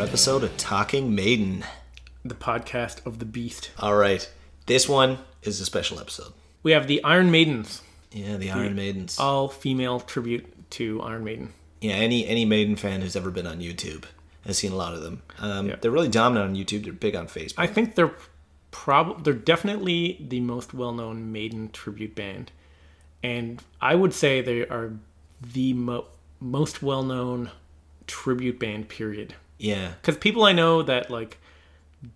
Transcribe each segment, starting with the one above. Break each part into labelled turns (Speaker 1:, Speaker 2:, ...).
Speaker 1: episode of Talking Maiden.
Speaker 2: the podcast of the beast.
Speaker 1: All right, this one is a special episode.
Speaker 2: We have the Iron Maidens,
Speaker 1: Yeah, the Iron Maidens.
Speaker 2: all female tribute to Iron Maiden.
Speaker 1: Yeah, any any Maiden fan who's ever been on YouTube has seen a lot of them. Um,
Speaker 2: Yeah.
Speaker 1: They're really dominant on YouTube. They're big on Facebook.
Speaker 2: I think they're prob they're definitely the most well-known Maiden tribute band, and I would say they are the mo- most well-known tribute band. Period.
Speaker 1: yeah,
Speaker 2: Because people I know that like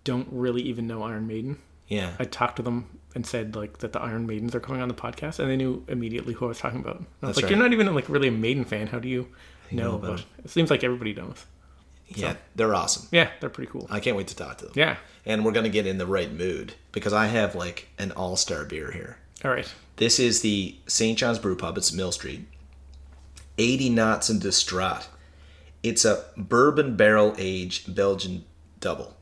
Speaker 2: don't really even know Iron Maiden.
Speaker 1: yeah,
Speaker 2: I talked to them and said like that the Iron Maidens are coming on the podcast, and they knew immediately who I was talking about. And I was
Speaker 1: That's
Speaker 2: like,
Speaker 1: right.
Speaker 2: you're not even like really a Maiden fan. How do you know?
Speaker 1: about
Speaker 2: about it? it seems like everybody knows.
Speaker 1: yeah. They're awesome.
Speaker 2: Yeah, they're pretty cool.
Speaker 1: I can't wait to talk to them.
Speaker 2: yeah.
Speaker 1: And we're gonna get in the right mood because I have like an all star beer here.
Speaker 2: All right.
Speaker 1: This is the St. John's Brew Pub. It's Mill Street. 80 knots and distraught. It's a bourbon barrel aged Belgian double.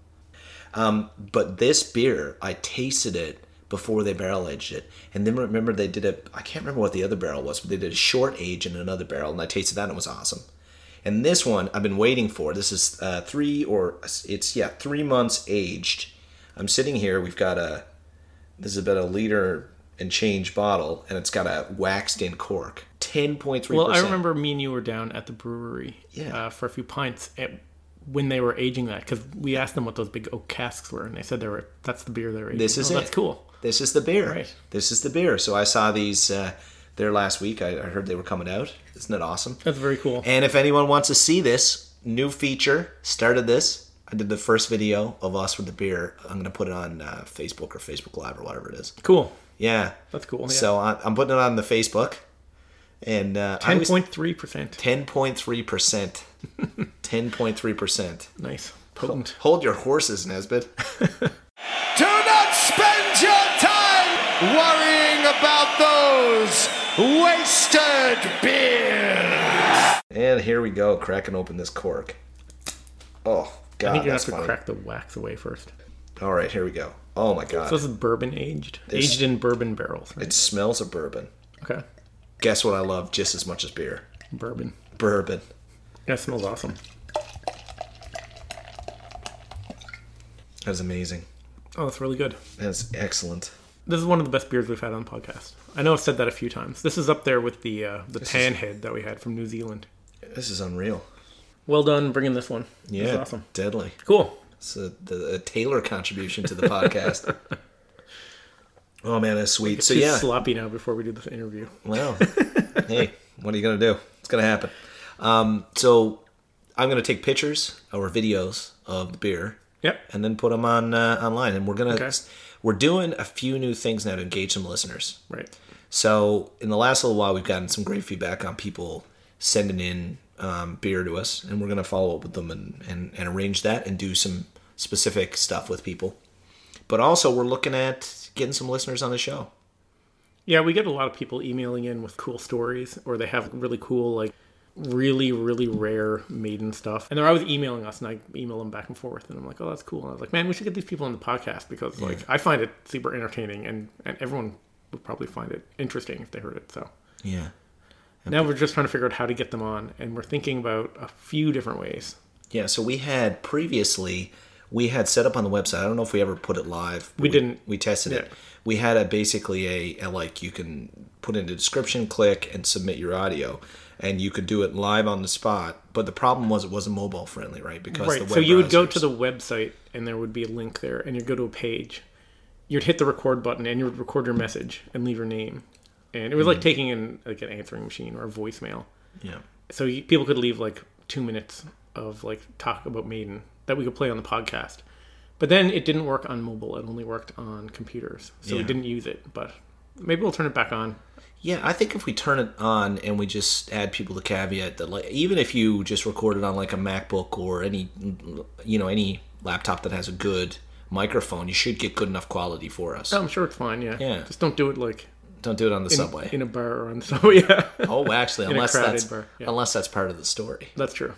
Speaker 1: Um, but this beer, I tasted it before they barrel aged it. And then remember they did a, I can't remember what the other barrel was, but they did a short age in another barrel. And I tasted that and it was awesome. And this one I've been waiting for. This is uh, three or, it's, yeah, three months aged. I'm sitting here. We've got a, this is about a liter and change bottle, and it's got a waxed in cork. 10.3%.
Speaker 2: Well, I remember me and you were down at the brewery
Speaker 1: Yeah.
Speaker 2: uh, for a few pints at, when they were aging that because we asked them what those big oak casks were, and they said they were that's the beer they were aging.
Speaker 1: This is
Speaker 2: Oh,
Speaker 1: it.
Speaker 2: That's cool.
Speaker 1: This is the beer.
Speaker 2: Right.
Speaker 1: This is the beer. So I saw these uh, there last week. I, I heard they were coming out. Isn't it awesome?
Speaker 2: That's very cool.
Speaker 1: And if anyone wants to see this, new feature started this. I did the first video of us with the beer. I'm going to put it on uh, Facebook or Facebook Live or whatever it is.
Speaker 2: cool.
Speaker 1: Yeah.
Speaker 2: That's cool. Yeah.
Speaker 1: So I, I'm putting it on the Facebook. And uh, I
Speaker 2: ten
Speaker 1: was-
Speaker 2: point three percent.
Speaker 1: 10.3%. 10.3%.
Speaker 2: Nice. Potent.
Speaker 1: Hold your horses, Nesbitt.
Speaker 3: Do not spend your time worrying about those wasted beers.
Speaker 1: and here we go, cracking open this cork. Oh god,
Speaker 2: I think you have
Speaker 1: that's
Speaker 2: to
Speaker 1: funny.
Speaker 2: crack the wax away first.
Speaker 1: All right, here we go. Oh my god,
Speaker 2: So this is bourbon aged, aged in bourbon barrels. Right?
Speaker 1: it smells of bourbon.
Speaker 2: Okay,
Speaker 1: Guess what I love just as much as beer?
Speaker 2: bourbon.
Speaker 1: Bourbon.
Speaker 2: That smells awesome.
Speaker 1: That's amazing.
Speaker 2: Oh, that's really good.
Speaker 1: That's excellent.
Speaker 2: This is one of the best beers we've had on the podcast. I know I've said that a few times. This is up there with the uh, the tan head that we had from New Zealand.
Speaker 1: This is unreal.
Speaker 2: Well done bringing this one.
Speaker 1: Yeah,
Speaker 2: That's awesome.
Speaker 1: deadly.
Speaker 2: Cool.
Speaker 1: It's a, the, a Taylor contribution to the podcast. oh man, that's sweet. So
Speaker 2: Too
Speaker 1: yeah,
Speaker 2: sloppy now before we do this interview.
Speaker 1: Well, hey, what are you gonna do? It's gonna happen. Um, so I'm gonna take pictures or videos of the beer,
Speaker 2: Yep.
Speaker 1: and then put them on uh, online. And we're gonna
Speaker 2: Okay.
Speaker 1: we're doing a few new things now to engage some listeners.
Speaker 2: Right.
Speaker 1: So in the last little while, we've gotten some great feedback on people sending in um, beer to us, and we're gonna follow up with them and, and and arrange that and do some specific stuff with people. But also, we're looking at getting some listeners on the show.
Speaker 2: Yeah, we get a lot of people emailing in with cool stories, or they have really cool, like, really, really rare maiden stuff. And they're always emailing us, and I email them back and forth. And I'm like, oh, that's cool. And I was like, man, we should get these people on the podcast because, like, I find it super entertaining, and, and everyone would probably find it interesting if they heard it. So
Speaker 1: Yeah.
Speaker 2: now we're just trying to figure out how to get them on, and we're thinking about a few different ways.
Speaker 1: Yeah, so we had previously we had set up on the website. I don't know if we ever put it live. but
Speaker 2: We didn't.
Speaker 1: We tested it.
Speaker 2: Yeah.
Speaker 1: We had a basically a, a like you can put in a description, click, and submit your audio, and you could do it live on the spot. But the problem was it wasn't mobile friendly, right? Because
Speaker 2: Right.
Speaker 1: the
Speaker 2: So you would go
Speaker 1: browsers-
Speaker 2: to the website, and there would be a link there, and you'd go to a page. You'd hit the record button, and you would record your message and leave your name. And it was
Speaker 1: Hmm.
Speaker 2: like taking in like an answering machine or a voicemail.
Speaker 1: yeah
Speaker 2: So you, people could leave like two minutes of like talk about Maiden that we could play on the podcast. But then it didn't work on mobile; it only worked on computers. So
Speaker 1: Yeah.
Speaker 2: we didn't use it. But maybe we'll turn it back on.
Speaker 1: yeah. I think if we turn it on and we just add people the caveat that like even if you just record it on like a MacBook or any you know any laptop that has a good microphone, you should get good enough quality for us.
Speaker 2: I'm sure it's fine. Yeah.
Speaker 1: Yeah.
Speaker 2: Just don't do it like
Speaker 1: Don't do it on the subway.
Speaker 2: in a bar or on the subway. Yeah.
Speaker 1: Oh, actually,
Speaker 2: a
Speaker 1: unless
Speaker 2: crowded
Speaker 1: that's
Speaker 2: bar, yeah.
Speaker 1: unless that's part of the story.
Speaker 2: That's true.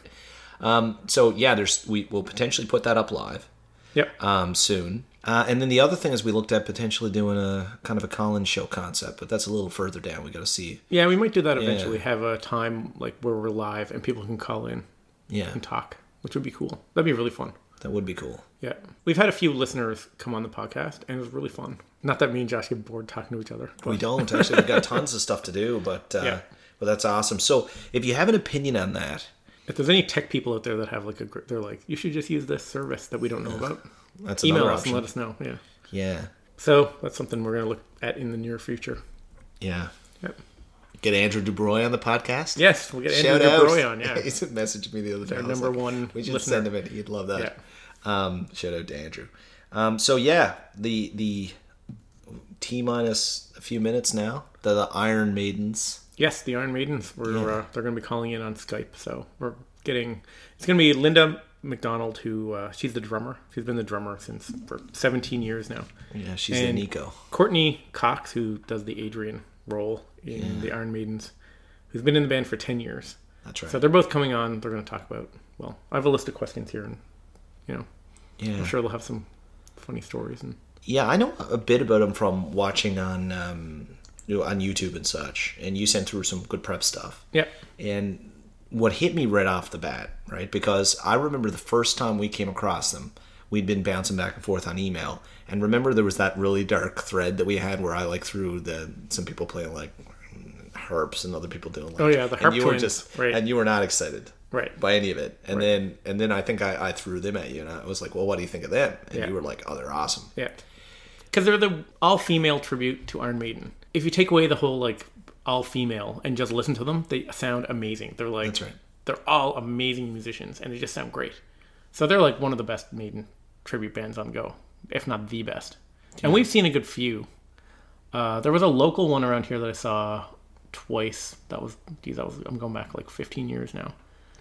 Speaker 1: So yeah, there's we will potentially put that up live
Speaker 2: Yep.
Speaker 1: um, soon. Uh, and then the other thing is we looked at potentially doing a kind of a Collins show concept, but that's a little further down. We got to see.
Speaker 2: Yeah, we might do that eventually. Have a time like where we're live and people can call in
Speaker 1: Yeah,
Speaker 2: and talk. which would be cool. That'd be really fun.
Speaker 1: That would be cool.
Speaker 2: Yeah. We've had a few listeners come on the podcast, and it was really fun. Not that me and Josh get bored talking to each other.
Speaker 1: We don't actually. We've got tons of stuff to do, but uh,
Speaker 2: Yeah.
Speaker 1: but that's awesome. So if you have an opinion on that,
Speaker 2: If there's any tech people out there that have like a, gr- they're like, you should just use this service that we don't know about.
Speaker 1: that's
Speaker 2: Email
Speaker 1: another
Speaker 2: us
Speaker 1: option.
Speaker 2: and let us know. Yeah.
Speaker 1: yeah,
Speaker 2: So that's something we're gonna look at in the near future.
Speaker 1: yeah.
Speaker 2: Yep.
Speaker 1: Get Andrew DuBroy on the podcast.
Speaker 2: Yes, we'll get Andrew
Speaker 1: Shout out.
Speaker 2: DeBroy on. Yeah.
Speaker 1: he said messaged me the other day. I was
Speaker 2: number
Speaker 1: like,
Speaker 2: one
Speaker 1: We should
Speaker 2: listener.
Speaker 1: send him it. He'd love that. Um, shout out to Andrew. Um, so yeah, the the t minus a few minutes now. The, the Iron Maidens.
Speaker 2: Yes, the Iron Maidens. We're uh, they're going to be calling in on Skype, so we're getting. It's going to be Linda McDonald, who uh, she's the drummer. She's been the drummer since for 17 years now.
Speaker 1: Yeah, she's
Speaker 2: And-
Speaker 1: the Nico.
Speaker 2: Courtney Cox, who does the Adrian role in the Iron Maidens, who's been in the band for 10 years.
Speaker 1: That's right.
Speaker 2: So they're both coming on. They're going to talk about. Well, I have a list of questions here, and you know,
Speaker 1: yeah,
Speaker 2: I'm sure they'll have some funny stories and
Speaker 1: yeah. I know a bit about him from watching on um, you know, on YouTube and such. And you sent through some good prep stuff.
Speaker 2: yeah.
Speaker 1: and what hit me right off the bat, right? Because I remember the first time we came across them, we'd been bouncing back and forth on email, and remember there was that really dark thread that we had where I like threw the some people playing like harps and other people doing like
Speaker 2: Oh, yeah, the harp
Speaker 1: and you were
Speaker 2: twins,
Speaker 1: just
Speaker 2: right.
Speaker 1: and you were not excited
Speaker 2: Right.
Speaker 1: by any of it, and then and then I think I, I threw them at you, and I was like, well, what do you think of them? And
Speaker 2: Yeah.
Speaker 1: you were like, oh, they're awesome.
Speaker 2: Yeah. Because they're the all female tribute to Iron Maiden. If you take away the whole like all female and just listen to them, they sound amazing. They're like
Speaker 1: That's right.
Speaker 2: they're all amazing musicians and they just sound great. So they're like one of the best Maiden tribute bands on go, if not the best. And we've seen a good few. Uh, there was a local one around here that I saw twice. That was geez, that was I'm going back like 15 years now.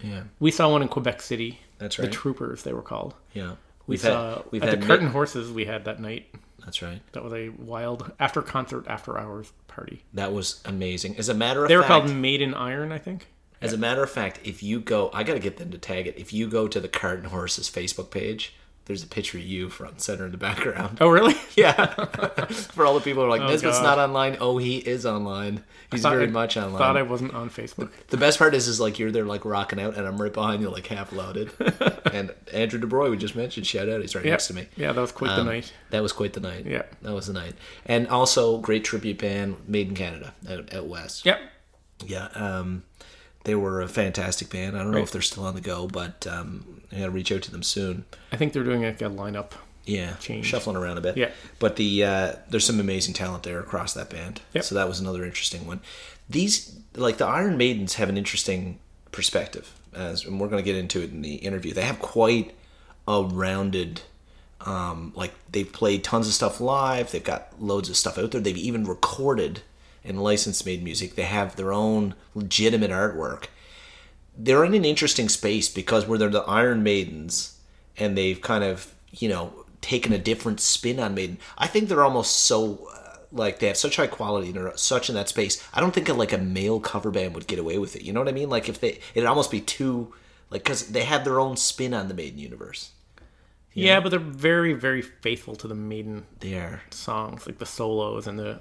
Speaker 1: Yeah,
Speaker 2: We saw one in Quebec City.
Speaker 1: That's
Speaker 2: The
Speaker 1: right.
Speaker 2: Troopers they were called.
Speaker 1: yeah.
Speaker 2: We
Speaker 1: We've
Speaker 2: saw
Speaker 1: had we've
Speaker 2: at
Speaker 1: had
Speaker 2: the
Speaker 1: Nick-
Speaker 2: Curtain Horses we had that night.
Speaker 1: That's right.
Speaker 2: That was a wild after concert, after hours party.
Speaker 1: That was amazing. As a matter of
Speaker 2: They were
Speaker 1: fact,
Speaker 2: called Made in Iron, I think.
Speaker 1: As a matter of fact, if you go, I got to get them to tag it. If you go to the Cart and Horses Facebook page, there's a picture of you front and center in the background.
Speaker 2: Oh, really?
Speaker 1: Yeah. For all the people who are like, Nesbitt's
Speaker 2: God.
Speaker 1: not online. Oh, he is online. He's very much
Speaker 2: I
Speaker 1: online.
Speaker 2: Thought I wasn't on Facebook.
Speaker 1: The best part is, is like you're there like rocking out, and I'm right behind you, like half loaded. and Andrew DeBroy, we just mentioned, shout out, he's right
Speaker 2: Yeah.
Speaker 1: next to me. Um,
Speaker 2: Yeah, that was quite the night.
Speaker 1: That was quite the night.
Speaker 2: Yeah.
Speaker 1: that was the night. And also, great tribute band, Made in Canada, out, out west.
Speaker 2: Yep.
Speaker 1: Yeah, um, they were a fantastic band. I don't know if they're still on the go, but um, I got to reach out to them soon.
Speaker 2: I think they're doing like a lineup.
Speaker 1: Yeah,
Speaker 2: Change.
Speaker 1: shuffling around a bit.
Speaker 2: Yeah.
Speaker 1: but the uh, there's some amazing talent there across that band.
Speaker 2: Yep.
Speaker 1: So that was another interesting one. These like the Iron Maidens have an interesting perspective, as and we're going to get into it in the interview. They have quite a rounded. Um, like they've played tons of stuff live. They've got loads of stuff out there. They've even recorded and licensed made music. They have their own legitimate artwork they're in an interesting space because where they're the Iron Maidens and they've kind of, you know, taken a different spin on Maiden. I think they're almost so uh, like they have such high quality and they're such in that space. I don't think a, like a male cover band would get away with it. You know what I mean? Like if they, it'd almost be too like because they have their own spin on the Maiden universe.
Speaker 2: Yeah. but they're very, very faithful to the Maiden
Speaker 1: They are,
Speaker 2: songs, like the solos and the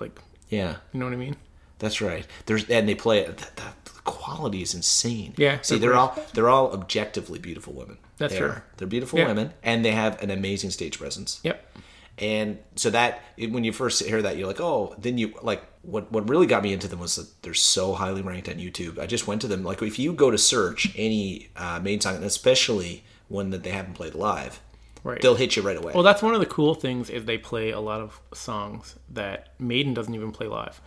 Speaker 2: like.
Speaker 1: yeah,
Speaker 2: You know what I mean?
Speaker 1: that's right. There's and they play it. The, the, the quality is insane.
Speaker 2: Yeah,
Speaker 1: see,
Speaker 2: they're
Speaker 1: they're all they're all objectively beautiful women.
Speaker 2: That's
Speaker 1: They
Speaker 2: true.
Speaker 1: are. They're beautiful
Speaker 2: Yeah.
Speaker 1: women, and they have an amazing stage presence.
Speaker 2: Yep.
Speaker 1: And so that it- when you first hear that, you're like, oh, then you like what what really got me into them was that they're so highly ranked on YouTube. I just went to them like if you go to search any uh, main song, and especially one that they haven't played live,
Speaker 2: Right.
Speaker 1: they'll hit you right away.
Speaker 2: Well, that's one of the cool things is they play a lot of songs that Maiden doesn't even play live.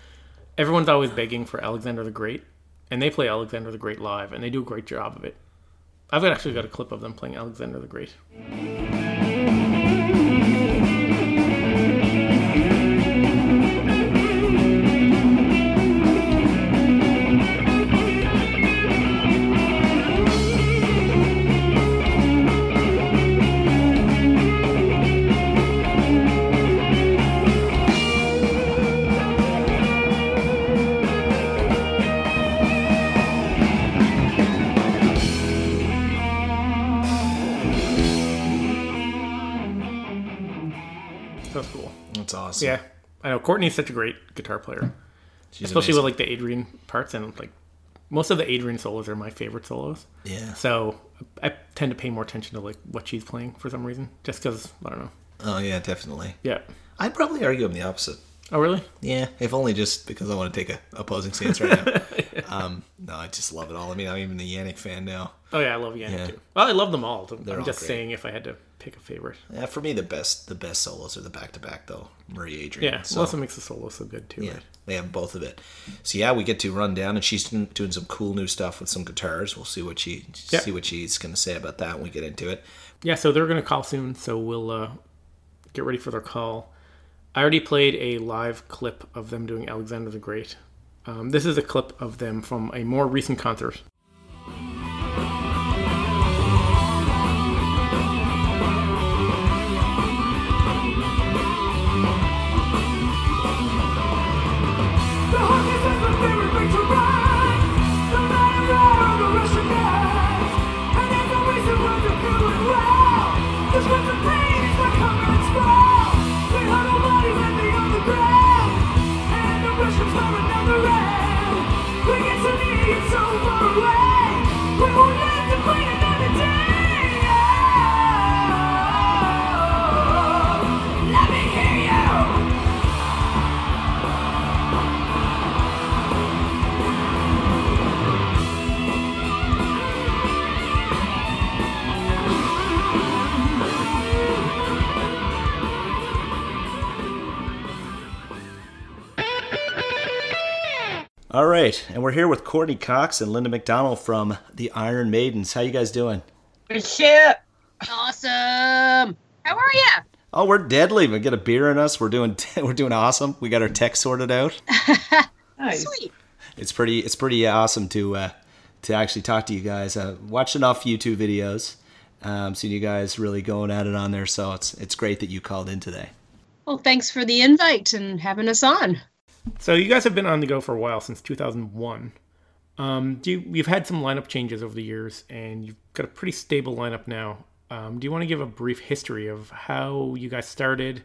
Speaker 2: Everyone's always begging for Alexander the Great, and they play Alexander the Great live, and they do a great job of it. I've actually got a clip of them playing Alexander the Great. So that's cool.
Speaker 1: That's awesome.
Speaker 2: Yeah, I know Courtney's such a great guitar player,
Speaker 1: She's
Speaker 2: especially
Speaker 1: amazing.
Speaker 2: with like the Adrian parts and like Most of the Adrian solos are my favorite solos.
Speaker 1: Yeah.
Speaker 2: So I tend to pay more attention to like what she's playing for some reason, just because I don't know.
Speaker 1: Oh yeah, definitely.
Speaker 2: Yeah.
Speaker 1: I'd probably argue I'm the opposite.
Speaker 2: Oh really?
Speaker 1: Yeah, if only just because I want to take a opposing stance right now. um, no, I just love it all. I mean, I'm even a Yannick fan now.
Speaker 2: Oh yeah, I love Yannick
Speaker 1: Yeah.
Speaker 2: too. Well, I love them all. I'm
Speaker 1: all
Speaker 2: just
Speaker 1: great.
Speaker 2: saying if I had to pick a favorite.
Speaker 1: Yeah, for me, the best the best solos are the back to back though. Marie Adrian.
Speaker 2: Yeah.
Speaker 1: So,
Speaker 2: Well, that's what makes the solo so good too.
Speaker 1: yeah,
Speaker 2: right?
Speaker 1: they have both of it. So yeah, we get to run down, and she's doing doing some cool new stuff with some guitars. We'll see what she
Speaker 2: Yeah.
Speaker 1: see what she's gonna say about that when we get into it.
Speaker 2: Yeah, so they're going to call soon, so we'll uh, get ready for their call. I already played a live clip of them doing Alexander the Great. Um, this is a clip of them from a more recent concert.
Speaker 4: The hockey says the favorite thing to ride. The man in red are the Russian guys. And there's no reason why they're doing well. Just what the pain is like hunger and sprawl. They huddle bodies at the underground. And the Russians are another round. We get to need it so far away. We won't live to fight another day. Oh, let me hear you.
Speaker 1: All right, and we're here with Courtney Cox and Linda McDonald from the Iron Maidens. How you guys doing?
Speaker 5: Shit.
Speaker 6: Awesome. How are you?
Speaker 1: Oh, we're deadly. We got a beer in us. We're doing we're doing awesome. We got our tech sorted out.
Speaker 5: Nice.
Speaker 6: Sweet.
Speaker 1: It's pretty it's pretty awesome to uh, to actually talk to you guys. Uh, watched enough YouTube videos, um, seen you guys really going at it on there. So it's it's great that you called in today.
Speaker 6: Well, thanks for the invite and having us on.
Speaker 2: So you guys have been on the go for a while since 2001. Um, do you, you've had some lineup changes over the years, and you've got a pretty stable lineup now. Um, do you want to give a brief history of how you guys started,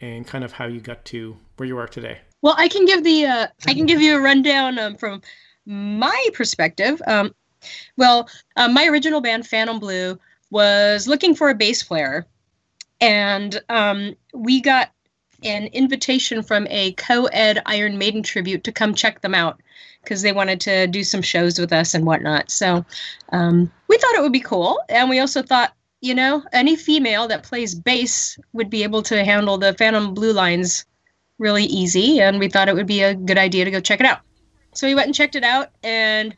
Speaker 2: and kind of how you got to where you are today?
Speaker 6: Well, I can give the uh, I can give you a rundown um, from my perspective. Um, well, uh, my original band Phantom Blue was looking for a bass player, and um, we got an invitation from a co-ed Iron Maiden tribute to come check them out because they wanted to do some shows with us and whatnot. So um, we thought it would be cool, and we also thought. You know, any female that plays bass would be able to handle the Phantom Blue lines really easy and we thought it would be a good idea to go check it out so we went and checked it out and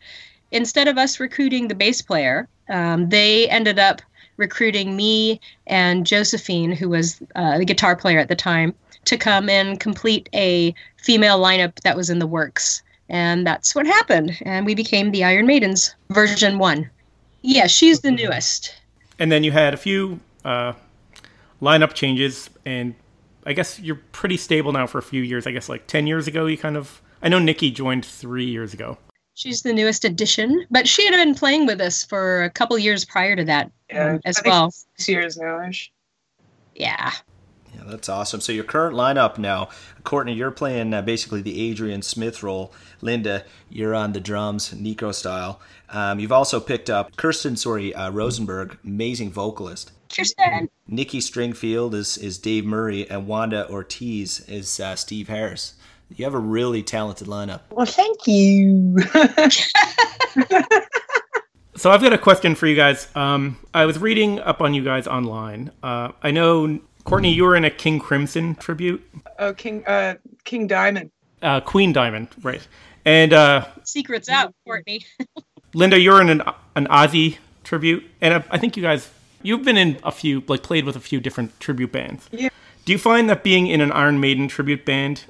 Speaker 6: instead of us recruiting the bass player um, they ended up recruiting me and josephine who was uh, the guitar player at the time to come and complete a female lineup that was in the works and that's what happened and we became the iron maidens version one yeah she's the newest
Speaker 2: and then you had a few uh, lineup changes, and I guess you're pretty stable now for a few years. I guess like ten years ago, you kind of. I know Nikki joined three years ago.
Speaker 6: she's the newest addition but she had been playing with us for a couple years prior to that
Speaker 5: Yeah,
Speaker 6: um, as
Speaker 5: I think
Speaker 6: well
Speaker 5: Six years now ish.
Speaker 6: yeah
Speaker 1: Yeah, that's awesome. So your current lineup now, Courtney, you're playing uh, basically the Adrian Smith role. Linda, you're on the drums, Nico style. Um, you've also picked up Kirsten, sorry, uh, Rosenberg, amazing vocalist.
Speaker 6: Kirsten.
Speaker 1: Nikki Stringfield is is Dave Murray, and Wanda Ortiz is uh, Steve Harris. You have a really talented lineup.
Speaker 5: Well, thank you.
Speaker 2: So I've got a question for you guys. Um, I was reading up on you guys online. Uh, I know Courtney, you were in a King Crimson tribute,
Speaker 5: oh, King uh, King Diamond.
Speaker 2: uh, Queen Diamond, right? And uh,
Speaker 6: Secrets out, Courtney.
Speaker 2: Linda, you're in an an Ozzy tribute, and I, I think you guys you've been in a few like played with a few different tribute bands.
Speaker 5: Yeah.
Speaker 2: Do you find that being in an Iron Maiden tribute band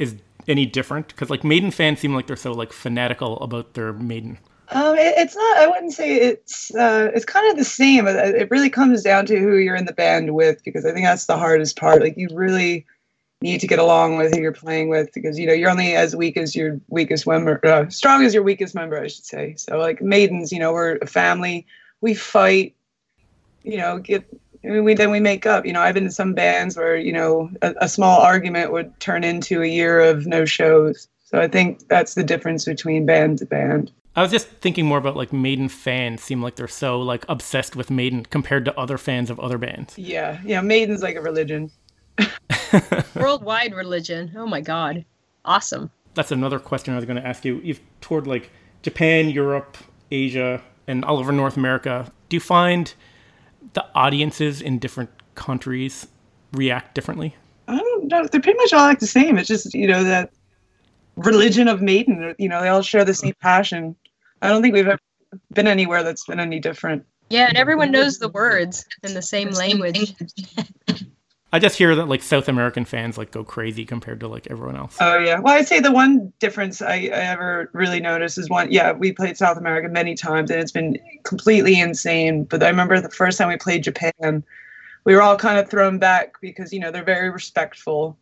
Speaker 2: is any different? Because like Maiden fans seem like they're so like fanatical about their Maiden.
Speaker 5: Um, it, it's not. I wouldn't say it's. Uh, it's kind of the same. but It really comes down to who you're in the band with, because I think that's the hardest part. Like you really need to get along with who you're playing with, because you know you're only as weak as your weakest member, uh, strong as your weakest member, I should say. So like maidens, you know, we're a family. We fight. You know, get. I mean, we then we make up. You know, I've been in some bands where you know a, a small argument would turn into a year of no shows. So I think that's the difference between band to band.
Speaker 2: I was just thinking more about like Maiden fans seem like they're so like obsessed with Maiden compared to other fans of other bands.
Speaker 5: Yeah, yeah. Maiden's like a religion.
Speaker 6: Worldwide religion. Oh my god. Awesome.
Speaker 2: That's another question I was going to ask you. You've toured like Japan, Europe, Asia, and all over North America. Do you find the audiences in different countries react differently?
Speaker 5: I don't know. They're pretty much all like the same. It's just you know that religion of Maiden. You know, they all share the same passion. I don't think we've ever been anywhere that's been any different.
Speaker 6: Yeah, and everyone knows the words in the same language.
Speaker 2: I just hear that like South American fans like go crazy compared to like everyone else.
Speaker 5: Oh yeah. Well, I'd say the one difference I, I ever really noticed is one. Yeah, we played South America many times, and it's been completely insane. But I remember the first time we played Japan, we were all kind of thrown back because you know they're very respectful.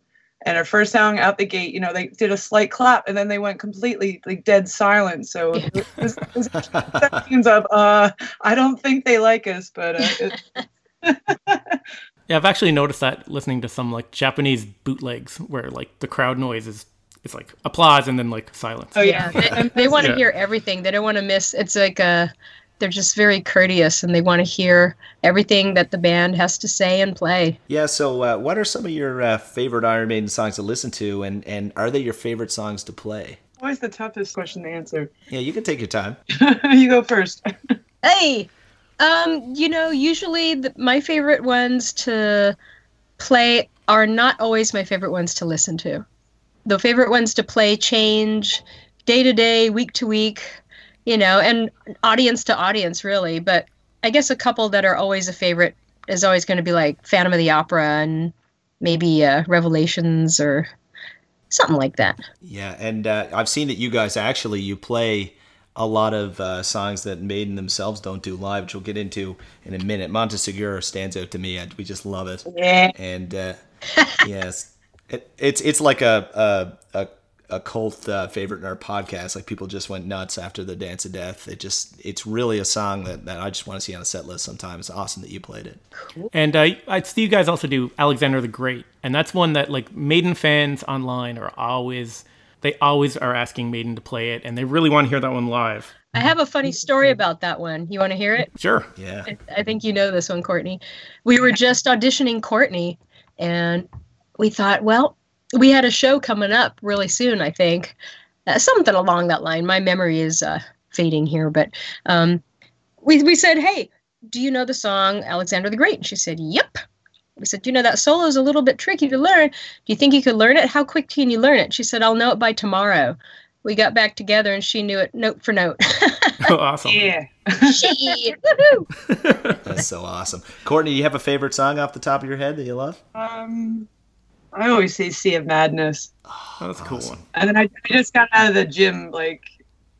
Speaker 5: And our first song out the gate, you know, they did a slight clap, and then they went completely like dead silent. So it was, it was seconds of, uh, I don't think they like us, but uh, it,
Speaker 2: Yeah, I've actually noticed that listening to some like Japanese bootlegs where like the crowd noise is it's like applause and then like silence.
Speaker 5: oh
Speaker 6: Yeah,
Speaker 5: yeah.
Speaker 6: they, um, they want to
Speaker 2: Yeah.
Speaker 6: hear everything. They don't want to miss. It's like a, they're just very courteous and they want to hear everything that the band has to say and play.
Speaker 1: Yeah. So, uh, what are some of your uh, favorite Iron Maiden songs to listen to, and and are they your favorite songs to play?
Speaker 5: Always the toughest question to answer.
Speaker 1: Yeah, you can take your time.
Speaker 5: you go first.
Speaker 6: Hey, um, you know, usually the, my favorite ones to play are not always my favorite ones to listen to. The favorite ones to play change day to day, week to week, you know, and audience to audience, really. But I guess a couple that are always a favorite is always going to be like Phantom of the Opera and maybe uh, Revelations or something like that.
Speaker 1: Yeah, and uh, I've seen that you guys actually you play a lot of uh, songs that Maiden themselves don't do live, which we'll get into in a minute. Montesegura stands out to me. I, we just love it.
Speaker 5: Yeah.
Speaker 1: and uh, yes, it, it's it's like a a, a, a cult uh, favorite in our podcast. Like people just went nuts after the Dance of Death. It just it's really a song that, that I just want to see on a set list sometime. It's awesome that you played it.
Speaker 2: And uh, I see you guys also do Alexander the Great, and that's one that like Maiden fans online are always they always are asking Maiden to play it, and they really want to hear that one live.
Speaker 6: I have a funny story about that one. You want to hear it?
Speaker 2: Sure.
Speaker 1: Yeah,
Speaker 6: I think you know this one, Courtney. We were just auditioning Courtney, and we thought, well, we had a show coming up really soon, I think. Uh, something along that line. My memory is uh, fading here, but um, we, we said, hey, do you know the song Alexander the Great? And she said, yep. We said, you know, that solo is a little bit tricky to learn. Do you think you could learn it? How quick can you learn it? She said, I'll know it by tomorrow. We got back together and she knew it note for note.
Speaker 2: Oh, awesome.
Speaker 5: Yeah.
Speaker 6: she, woohoo!
Speaker 1: that's so awesome. Courtney, do you have a favorite song off the top of your head that you love?
Speaker 5: Um, I always say Sea of Madness.
Speaker 2: Oh, that's a cool
Speaker 1: Awesome.
Speaker 2: one.
Speaker 5: And then I, I just got out of the gym like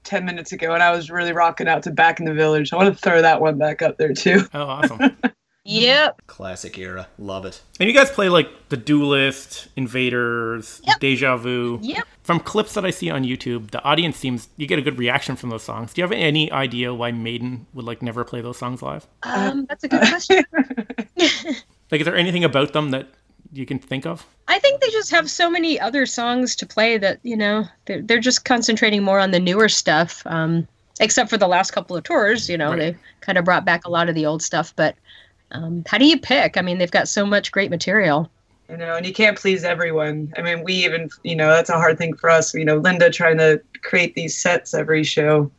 Speaker 5: 10 minutes ago and I was really rocking out to Back in the Village. I want to throw that one back up there too.
Speaker 2: Oh, awesome. and
Speaker 6: Yep.
Speaker 1: Classic era, love it.
Speaker 2: you guys play like The Duelist, Invaders,
Speaker 6: Yep.
Speaker 2: Deja Vu.
Speaker 6: Yep.
Speaker 2: From clips that I see on YouTube, the audience seems you get a good reaction from those songs. Do you have any idea why Maiden would like never play those songs live?
Speaker 6: Um, that's a good question.
Speaker 2: Like, is there anything about them that you can think of?
Speaker 6: I think they just have so many other songs to play that you know they're they're just concentrating more on the newer stuff. Um, except for the last couple of tours, you know,
Speaker 2: Right.
Speaker 6: they kind of brought back a lot of the old stuff. But um, how do you pick? I mean, they've got so much great material.
Speaker 5: You know, and you can't please everyone. I mean, we even, you know, that's a hard thing for us. You know, Linda trying to create these sets every show.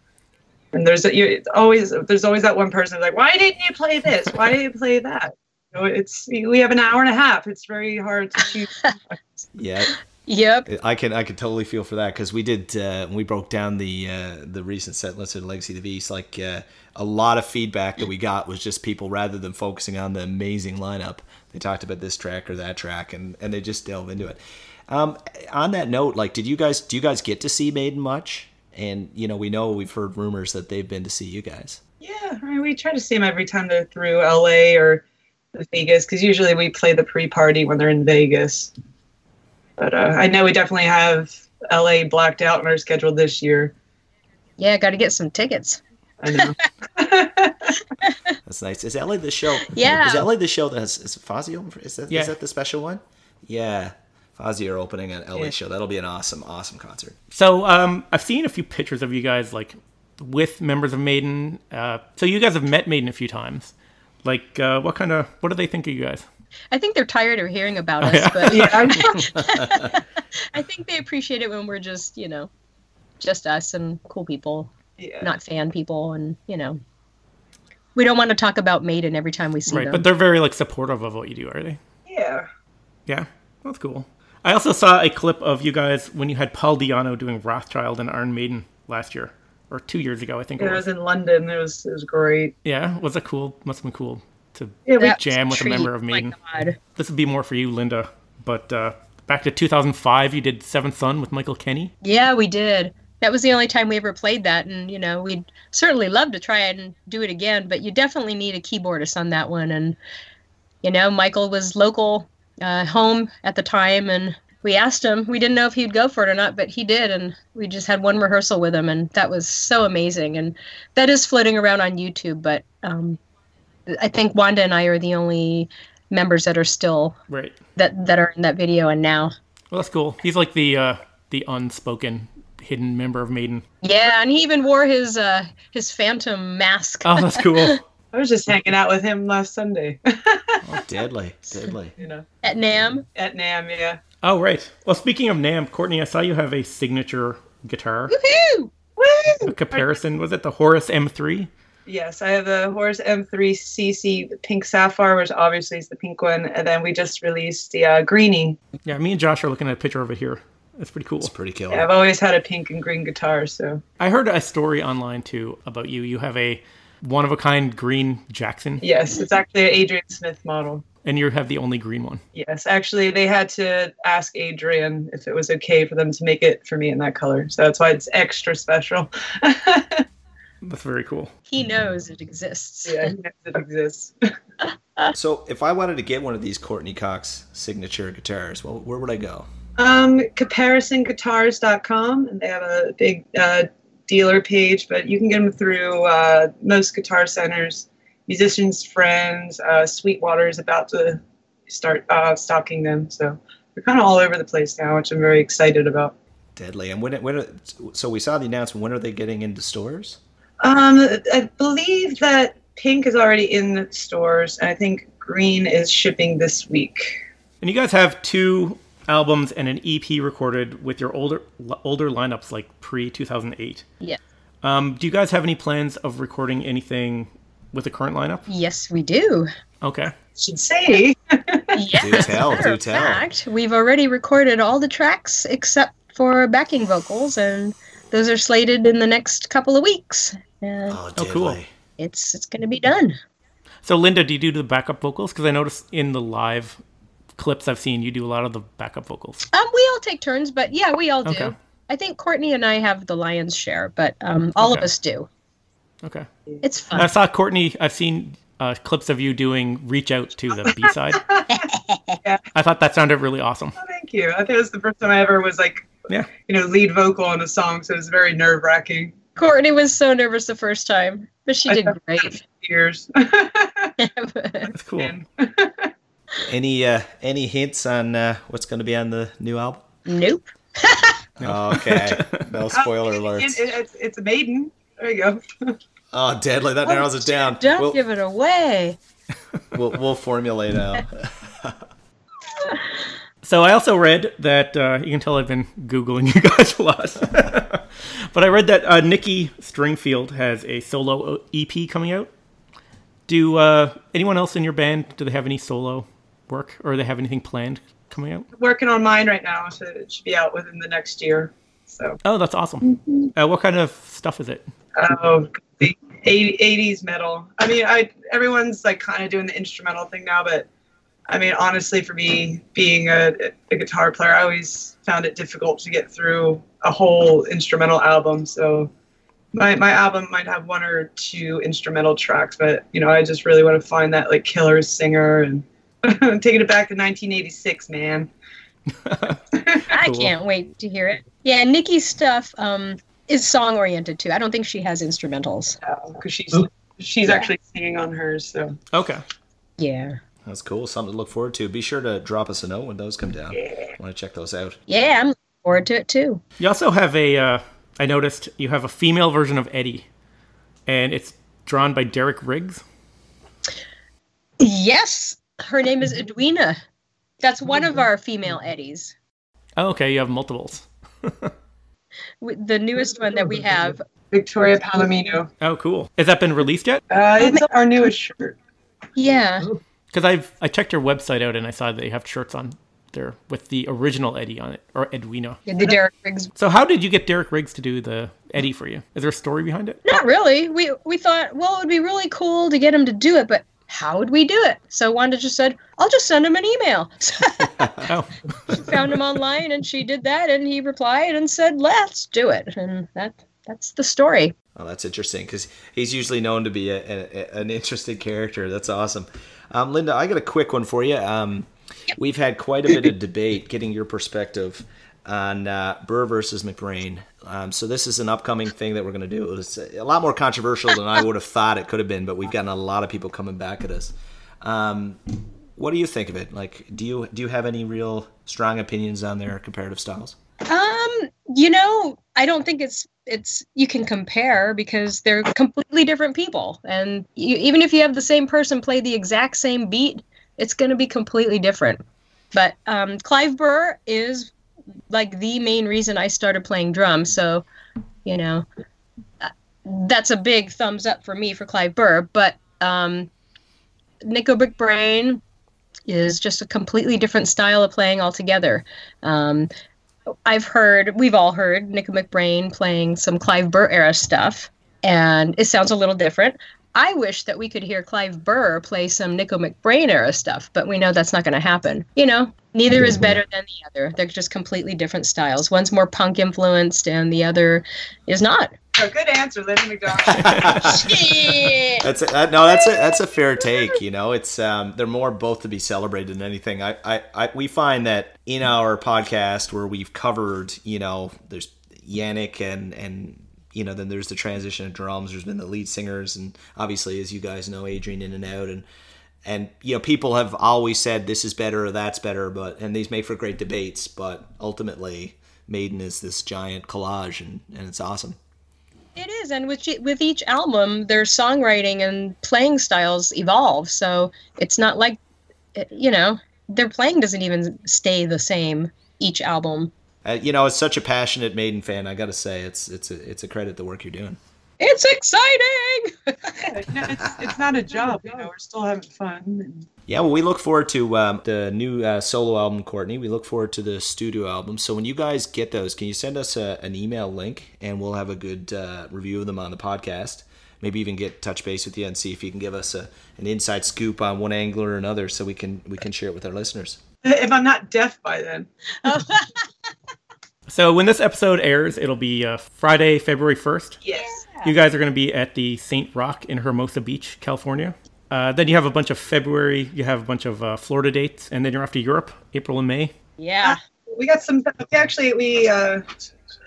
Speaker 5: And there's a, you it's always there's always that one person like, why didn't you play this? Why didn't you play that? You know, it's we have an hour and a half. It's very hard to choose.
Speaker 1: Yeah,
Speaker 6: Yep.
Speaker 1: I can I can totally feel for that because we did uh, when we broke down the uh, the recent set list at Legacy of the Beast. Like uh, a lot of feedback that we got was just people rather than focusing on the amazing lineup, they talked about this track or that track, and and they just delve into it. Um, on that note, like, did you guys do you guys get to see Maiden much? And you know, we know we've heard rumors that they've been to see you guys.
Speaker 5: Yeah, I mean, we try to see them every time they're through LA or Vegas because usually we play the pre-party when they're in Vegas. But uh, I know we definitely have LA blacked out in our schedule this year.
Speaker 6: Yeah, got to get some tickets.
Speaker 5: I know.
Speaker 1: That's nice. Is LA the show?
Speaker 6: Yeah.
Speaker 1: Is LA the show that has is Fozzy open? For, is that is
Speaker 2: Yeah.
Speaker 1: that the special one? Yeah. Fozzy are opening an LA
Speaker 5: Yeah.
Speaker 1: show. That'll be an awesome, awesome concert.
Speaker 2: So um, I've seen a few pictures of you guys like with members of Maiden. Uh, so you guys have met Maiden a few times. Like, uh, what kind of what do they think of you guys?
Speaker 6: I think they're tired of hearing about us, but
Speaker 5: Yeah, I'm-
Speaker 6: I think they appreciate it when we're just, you know, just us and cool people,
Speaker 5: yeah.
Speaker 6: not fan people, and you know, we don't want to talk about Maiden every time we see
Speaker 2: Right,
Speaker 6: them.
Speaker 2: but they're very like supportive of what you do, are they?
Speaker 5: yeah.
Speaker 2: Yeah, that's cool. I also saw a clip of you guys when you had Paul Diano doing Rothschild and Iron Maiden last year, or two years ago, I think
Speaker 5: It
Speaker 2: it
Speaker 5: was
Speaker 2: was.
Speaker 5: in London. It was it was great.
Speaker 2: Yeah, was that cool? Must have been cool to
Speaker 5: Yeah, we,
Speaker 6: That was
Speaker 2: jam with a
Speaker 6: treat.
Speaker 2: member of
Speaker 6: My
Speaker 2: Maiden.
Speaker 6: God.
Speaker 2: This would be more for you, Linda. But uh, back to 2005, you did Seventh Son with Michael Kenny.
Speaker 6: Yeah, we did. That was the only time we ever played that, and you know, we'd certainly love to try and do it again, but you definitely need a keyboardist on that one. And you know, Michael was local, uh, home at the time, and we asked him. We didn't know if he'd go for it or not, but he did, and we just had one rehearsal with him, and that was so amazing. And that is floating around on YouTube, but um, I think Wanda and I are the only members that are still
Speaker 2: Right.
Speaker 6: that that are in that video and now.
Speaker 2: Well, that's cool. He's like the uh, the unspoken hidden member of Maiden.
Speaker 6: Yeah, and he even wore his uh his phantom mask.
Speaker 2: Oh, that's cool.
Speaker 5: I was just hanging out with him last Sunday.
Speaker 1: Oh, deadly, deadly.
Speaker 5: you know,
Speaker 6: at Nam.
Speaker 5: at Nam. Yeah.
Speaker 2: oh, right. Well, speaking of Nam, Courtney, I saw you have a signature guitar.
Speaker 6: Woo!
Speaker 2: A comparison was it the Horus M3?
Speaker 5: Yes, I have a Horse M3 CC, the pink sapphire, which obviously is the pink one, and then we just released the uh, greenie.
Speaker 2: Yeah, me and Josh are looking at a picture of it here. That's pretty cool.
Speaker 1: It's pretty killer.
Speaker 5: I've always had a pink and green guitar, so
Speaker 2: I heard a story online too about you. You have a one of a kind green Jackson,
Speaker 5: yes, it's actually an Adrian Smith model.
Speaker 2: and you have the only green one.
Speaker 5: Yes, actually, they had to ask Adrian if it was okay for them to make it for me in that color, so that's why it's extra special.
Speaker 2: That's very cool.
Speaker 6: He knows it exists.
Speaker 5: yeah, he knows it exists.
Speaker 1: So, if I wanted to get one of these Courtney Cox signature guitars, well, where would I go?
Speaker 5: Um, comparisonguitars.com, and they have a big uh, dealer page, but you can get them through uh, most guitar centers. Musicians Friends, uh, Sweetwater is about to start uh, stocking them, so they're kind of all over the place now, which I'm very excited about.
Speaker 1: Deadly. And when, it- when, it- so we saw the announcement. When are they getting into stores?
Speaker 5: Um, I believe that pink is already in the stores, and I think green is shipping this week.
Speaker 2: And you guys have two albums and an EP recorded with your older older lineups like pre 2008.
Speaker 6: Yeah.
Speaker 2: Um, do you guys have any plans of recording anything with the current lineup?
Speaker 6: Yes, we do.
Speaker 2: Okay.
Speaker 5: Should say
Speaker 6: Yes.
Speaker 1: Do tell,
Speaker 6: matter
Speaker 1: do
Speaker 6: of
Speaker 1: tell.
Speaker 6: Fact, we've already recorded all the tracks except for backing vocals, and those are slated in the next couple of weeks. And
Speaker 1: Oh,
Speaker 2: Oh,
Speaker 1: deadly.
Speaker 2: cool.
Speaker 6: it's it's going to be done.
Speaker 2: So Linda, do you do the backup vocals? Because I noticed in the live clips I've seen you do a lot of the backup vocals.
Speaker 6: Um, we all take turns, but yeah, we all do.
Speaker 2: Okay.
Speaker 6: I think Courtney and I have the lion's share, but um, all
Speaker 2: Okay.
Speaker 6: of us do.
Speaker 2: Okay.
Speaker 6: It's fun.
Speaker 2: I saw Courtney. I've seen uh, clips of you doing "Reach Out" to the B side. I thought that sounded really awesome.
Speaker 5: Oh, thank you. I think it was the first time I ever was like,
Speaker 2: Yeah.
Speaker 5: you know, lead vocal on a song, so it was very nerve wracking.
Speaker 6: Courtney was so nervous the first time, but she
Speaker 5: I
Speaker 6: did
Speaker 5: thought-
Speaker 6: great.
Speaker 5: Years.
Speaker 2: That's cool.
Speaker 1: Any uh, any hints on uh, what's going to be on the new album?
Speaker 6: nope.
Speaker 1: Okay. No spoiler
Speaker 5: It,
Speaker 1: alerts.
Speaker 5: it, it's, it's a maiden. There you go.
Speaker 1: Oh, deadly. That narrows it down.
Speaker 6: Don't
Speaker 1: We'll,
Speaker 6: give it away.
Speaker 1: we'll, we'll formulate out.
Speaker 2: So I also read that uh, you can tell I've been googling you guys a lot, but I read that uh, Nikki Stringfield has a solo o- EP coming out. Do uh, anyone else in your band do they have any solo work or they have anything planned coming out?
Speaker 5: Working on mine right now, so it should be out within the next year. So,
Speaker 2: Oh, that's awesome. Uh, what kind of stuff is it?
Speaker 5: oh, the 80, 80s metal. I mean, I everyone's like kind of doing the instrumental thing now, but I mean, honestly, for me, being a, a guitar player, I always found it difficult to get through a whole instrumental album. So my, my album might have one or two instrumental tracks, but you know, I just really want to find that like killer singer and taking it back to 1986, man.
Speaker 6: I
Speaker 2: Cool.
Speaker 6: can't wait to hear it. Yeah, Nikki's stuff um, is song oriented too. I don't think she has instrumentals.
Speaker 5: Because she's she's actually singing on hers. So
Speaker 2: Okay.
Speaker 6: Yeah.
Speaker 1: That's cool. Something to look forward to. Be sure to drop us a note when those come down. Want to check those out.
Speaker 6: Yeah, I'm looking forward to it too.
Speaker 2: You also have a, uh, I noticed you have a female version of Eddie, and it's drawn by Derek Riggs.
Speaker 6: Yes, her name is Edwina. That's one of our female Eddies.
Speaker 2: Oh, okay, you have multiples.
Speaker 6: W- The newest one that we have.
Speaker 5: Victoria Palomino.
Speaker 2: Oh, cool. Has that been released yet?
Speaker 5: Uh, it's our newest shirt.
Speaker 6: Yeah.
Speaker 2: Because I've I checked your website out and I saw that you have shirts on there with the original Eddie on it or Edwina.
Speaker 6: The Derek Riggs.
Speaker 2: So how did you get Derek Riggs to do the Eddie for you? Is there a story behind it?
Speaker 6: Not really. We we thought, well, it would be really cool to get him to do it, but how would we do it? So Wanda just said, I'll just send him an email. So
Speaker 2: Oh,
Speaker 6: she found him online and she did that and he replied and said, Let's do it. And that that's the story.
Speaker 1: Oh, that's interesting because he's usually known to be a, a, a- an interesting character. That's awesome. Um, Linda, I got a quick one for you. Um, we've had quite a bit of debate getting your perspective on uh, Burr versus McBrain. Um, so this is an upcoming thing that we're going to do. It's a lot more controversial than I would have thought it could have been, but we've gotten a lot of people coming back at us. Um, what do you think of it? Like, do you do you have any real strong opinions on their comparative styles?
Speaker 6: Um, you know, I don't think it's it's you can compare because they're completely different people, and you, even if you have the same person play the exact same beat, it's going to be completely different. But um, Clive Burr is like the main reason I started playing drums, so you know uh, that's a big thumbs up for me for Clive Burr. But um, Nico Brick Brain is just a completely different style of playing altogether. Um, I've heard, we've all heard Nico McBrain playing some Clive Burr era stuff, and it sounds a little different. I wish that we could hear Clive Burr play some Nico McBrain era stuff, but we know that's not going to happen. You know, neither is better than the other. They're just completely different styles. One's more punk influenced, and the other is not.
Speaker 5: Oh, good answer, Linda McDonald.
Speaker 6: Shit.
Speaker 1: That's a, that, no, that's a that's a fair take. You know, it's um, they're more both to be celebrated than anything. I, I, I we find that in our podcast where we've covered, you know, there's Yannick and and you know, then there's the transition of drums. There's been the lead singers, and obviously, as you guys know, Adrian in and out, and and you know, people have always said this is better or that's better, but and these make for great debates, but ultimately, Maiden is this giant collage, and and it's awesome.
Speaker 6: It is, and with with each album, their songwriting and playing styles evolve. So it's not like, eh, you know, their playing doesn't even stay the same each album.
Speaker 1: Uh, you know, as such a passionate Maiden fan, I got to say it's it's a it's a credit the work you're doing.
Speaker 6: It's exciting.
Speaker 5: no, it's, it's not a job, you know. We're still having fun.
Speaker 1: Yeah, well, we look forward to um, the new uh, solo album, Courtney. We look forward to the studio album. So when you guys get those, can you send us a, an email link, and we'll have a good uh, review of them on the podcast. Maybe even get touch base with you and see if you can give us a, an inside scoop on one angle or another, so we can we can share it with our listeners.
Speaker 5: If I'm not deaf by then,
Speaker 6: Oh,
Speaker 2: so when this episode airs, it'll be uh, Friday, February first.
Speaker 5: yes.
Speaker 2: You guys are going to be at the St. Rock in Hermosa Beach, California. Uh, then you have a bunch of February, you have a bunch of uh, Florida dates, and then you're off to Europe, April and May.
Speaker 6: yeah.
Speaker 5: We got some. We actually we uh,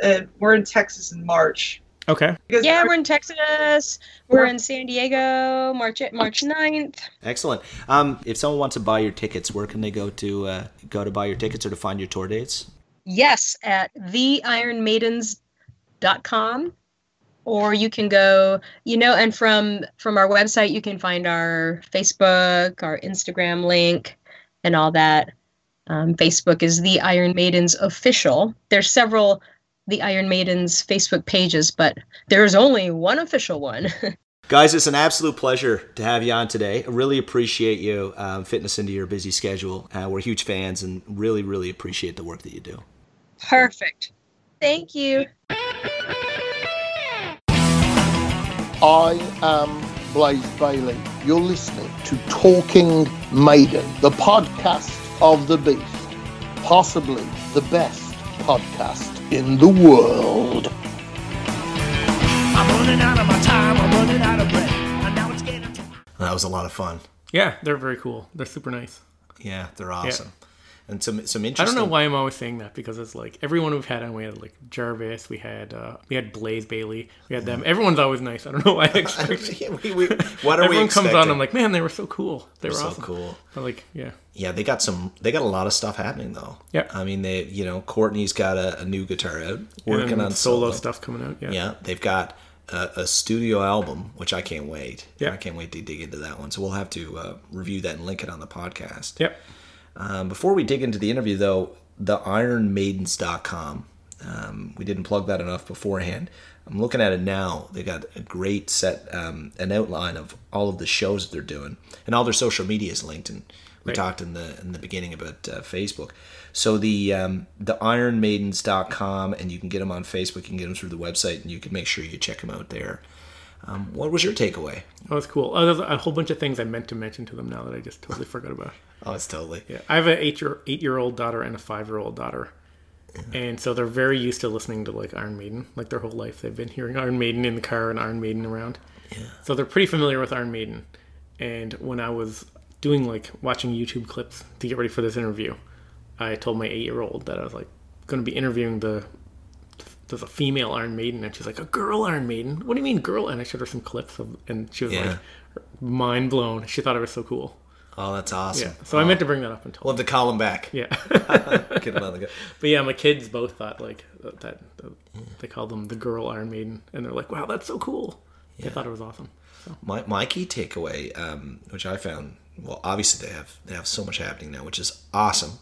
Speaker 5: uh we're in Texas in March
Speaker 2: Okay.
Speaker 5: because
Speaker 6: Yeah, we're in Texas. We're in San Diego, March March 9th.
Speaker 1: Excellent. Um, if someone wants to buy your tickets, where can they go to uh, go to buy your tickets or to find your tour dates?
Speaker 6: Yes, at theironmaidens.com or you can go, you know, and from from our website you can find our Facebook, our Instagram link and all that. Um, Facebook is the Iron Maidens official. There's several the Iron Maidens Facebook pages, but there's only one official one.
Speaker 1: Guys, it's an absolute pleasure to have you on today. I really appreciate you um, fitting us into your busy schedule. Uh, we're huge fans and really, really appreciate the work that you do.
Speaker 6: Perfect. Thank you.
Speaker 3: I am Blaze Bailey. You're listening to Talking Maiden, the podcast of the Beast, possibly the best podcast in the world.
Speaker 7: I'm running out of my time, I'm running out of breath. And now it's getting to
Speaker 1: That was a lot of fun.
Speaker 2: Yeah, they're very cool. They're super nice.
Speaker 1: Yeah, they're awesome. And some some
Speaker 2: I
Speaker 1: interesting.
Speaker 2: don't know why I'm always saying that because it's like everyone we've had on, we had like Jarvis, we had uh, we had Blaze Bailey, we had them. Everyone's always nice. I don't know why I expect.
Speaker 1: we, we, what are we
Speaker 2: Everyone comes on,
Speaker 1: expecting?
Speaker 2: I'm like, man, they were so cool. They were
Speaker 1: so
Speaker 2: awesome.
Speaker 1: cool.
Speaker 2: But like, yeah.
Speaker 1: yeah, they got some. They got a lot of stuff happening though.
Speaker 2: Yeah.
Speaker 1: I mean, they you know Courtney's got a, a new guitar out,
Speaker 2: And
Speaker 1: working
Speaker 2: then
Speaker 1: on
Speaker 2: solo
Speaker 1: solo,
Speaker 2: stuff coming out. Yeah.
Speaker 1: Yeah, they've got a, a studio album, which I can't wait.
Speaker 2: Yeah.
Speaker 1: I can't wait to dig into that one. So we'll have to uh, review that and link it on the podcast.
Speaker 2: Yep.
Speaker 1: Um, before we dig into the interview, though, the ironmaidens.com. Um, we didn't plug that enough beforehand. I'm looking at it now. They got a great set, um, an outline of all of the shows that they're doing, and all their social media is linked. And we
Speaker 2: Right.
Speaker 1: talked in the in the beginning about uh, Facebook. So the um, the ironmaidens.com, and you can get them on Facebook. You can get them through the website, and you can make sure you check them out there. Um, what was your takeaway?
Speaker 2: Oh, that's cool. Oh, there's a whole bunch of things I meant to mention to them now that I just totally forgot about.
Speaker 1: Oh, it's totally
Speaker 2: Yeah, I have an eight year eight year old daughter and a five year old daughter, and so they're very used to listening to like Iron Maiden. Like their whole life, they've been hearing Iron Maiden in the car and Iron Maiden around. Yeah. So they're pretty familiar with Iron Maiden. And when I was doing like watching YouTube clips to get ready for this interview, I told my eight year old that I was like going to be interviewing the there's a female Iron Maiden, and she's like a girl Iron Maiden. What do you mean girl? And I showed her some clips of, and she was
Speaker 1: Yeah.
Speaker 2: like mind blown. She thought it was so cool.
Speaker 1: Oh, that's awesome.
Speaker 2: Yeah. So I meant to bring that up and tell.
Speaker 1: We'll have to call them back.
Speaker 2: Yeah.
Speaker 1: Get 'em on the go.
Speaker 2: But yeah, my kids both thought like that. that They called them the girl Iron Maiden, and they're like, "Wow, that's so cool." They thought it was awesome.
Speaker 1: my, my key takeaway, um, which I found, well, obviously they have they have so much happening now, which is awesome.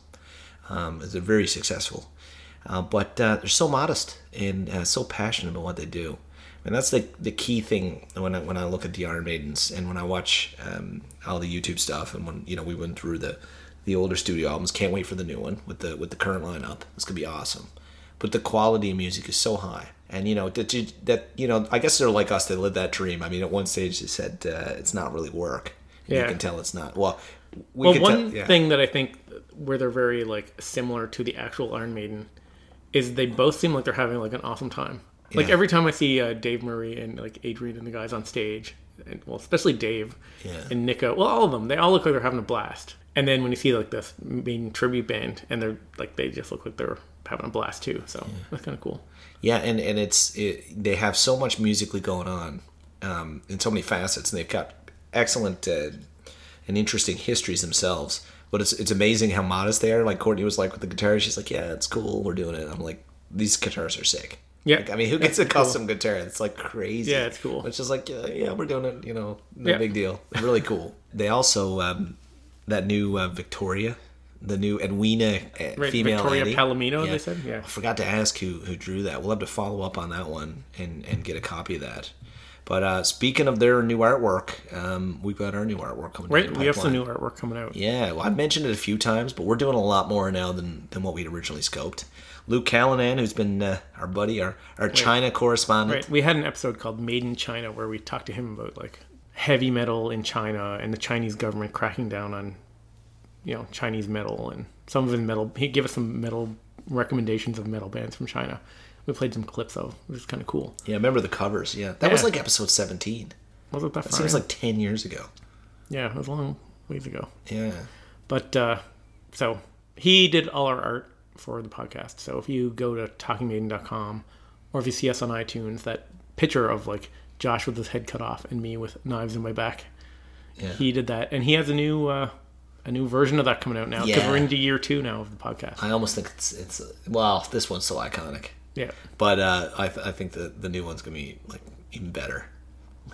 Speaker 1: Um, they're very successful, uh, but uh, they're so modest and uh, so passionate about what they do. And that's the, the key thing when I, when I look at the Iron Maidens and when I watch um, all the YouTube stuff and when you know we went through the the older studio albums. Can't wait for the new one with the with the current lineup. It's gonna be awesome but the quality of music is so high. And you know that you, that you know, I guess they're like us. They live that dream. I mean, at one stage they said uh, it's not really work. And You
Speaker 2: Yeah.
Speaker 1: can tell it's not. Well, we
Speaker 2: Well,
Speaker 1: can
Speaker 2: one
Speaker 1: tell, yeah.
Speaker 2: thing that I think where they're very like similar to the actual Iron Maiden is they both seem like they're having like an awesome time. Like
Speaker 1: Yeah.
Speaker 2: every time I see uh, Dave Murray and like Adrian and the guys on stage, and, well, especially Dave
Speaker 1: Yeah.
Speaker 2: and Nico, well, all of them, they all look like they're having a blast. And then when you see like this main tribute band, and they're like they just look like they're having a blast too. So that's kind of cool.
Speaker 1: Yeah, and and it's it, they have so much musically going on, um, in so many facets, and they've got excellent uh, and interesting histories themselves. But it's it's amazing how modest they are. Like Courtney was like with the guitar, she's like, "Yeah, it's cool, we're doing it." I'm like, "These guitars are sick."
Speaker 2: Yeah.
Speaker 1: Like, I mean, who gets a custom guitar? It's like crazy.
Speaker 2: Yeah, it's cool.
Speaker 1: It's just like, yeah, yeah we're doing it. You know, no
Speaker 2: Yeah.
Speaker 1: big deal. Really cool. they also um, that new uh, Victoria, the new Edwina uh,
Speaker 2: Right,
Speaker 1: female
Speaker 2: Victoria
Speaker 1: Eddie.
Speaker 2: Palomino, they said? Yeah.
Speaker 1: I forgot to ask who who drew that. We'll have to follow up on that one and and get a copy of that. But uh, speaking of their new artwork, um, we've got our new artwork coming. down
Speaker 2: Right,
Speaker 1: the
Speaker 2: we have some
Speaker 1: pipeline.
Speaker 2: new artwork coming out.
Speaker 1: Yeah, well, I've mentioned it a few times, but we're doing a lot more now than, than what we'd originally scoped. Luke Callanan, who's been uh, our buddy, our, our China correspondent.
Speaker 2: Right, we had an episode called "Made in China" where we talked to him about like heavy metal in China and the Chinese government cracking down on, you know, Chinese metal and some of his metal. He gave us some metal recommendations of metal bands from China. We played some clips of, which is kind of cool.
Speaker 1: Yeah, remember the covers. Yeah, that was
Speaker 2: Yeah.
Speaker 1: like episode 17.
Speaker 2: Was it that?
Speaker 1: It seems like 10 years ago.
Speaker 2: yeah, it was a long ways ago.
Speaker 1: Yeah.
Speaker 2: But uh, so he did all our art for the podcast. So if you go to talkingmaiden.com or if you see us on iTunes, that picture of like Josh with his head cut off and me with knives in my back,
Speaker 1: Yeah.
Speaker 2: he did that, and he has a new uh, a new version of that coming out now because
Speaker 1: Yeah.
Speaker 2: we're into year two now of the podcast.
Speaker 1: I almost think it's, it's uh, well, this one's so iconic.
Speaker 2: Yeah,
Speaker 1: But uh, I, th- I think the, the new one's going to be like even better.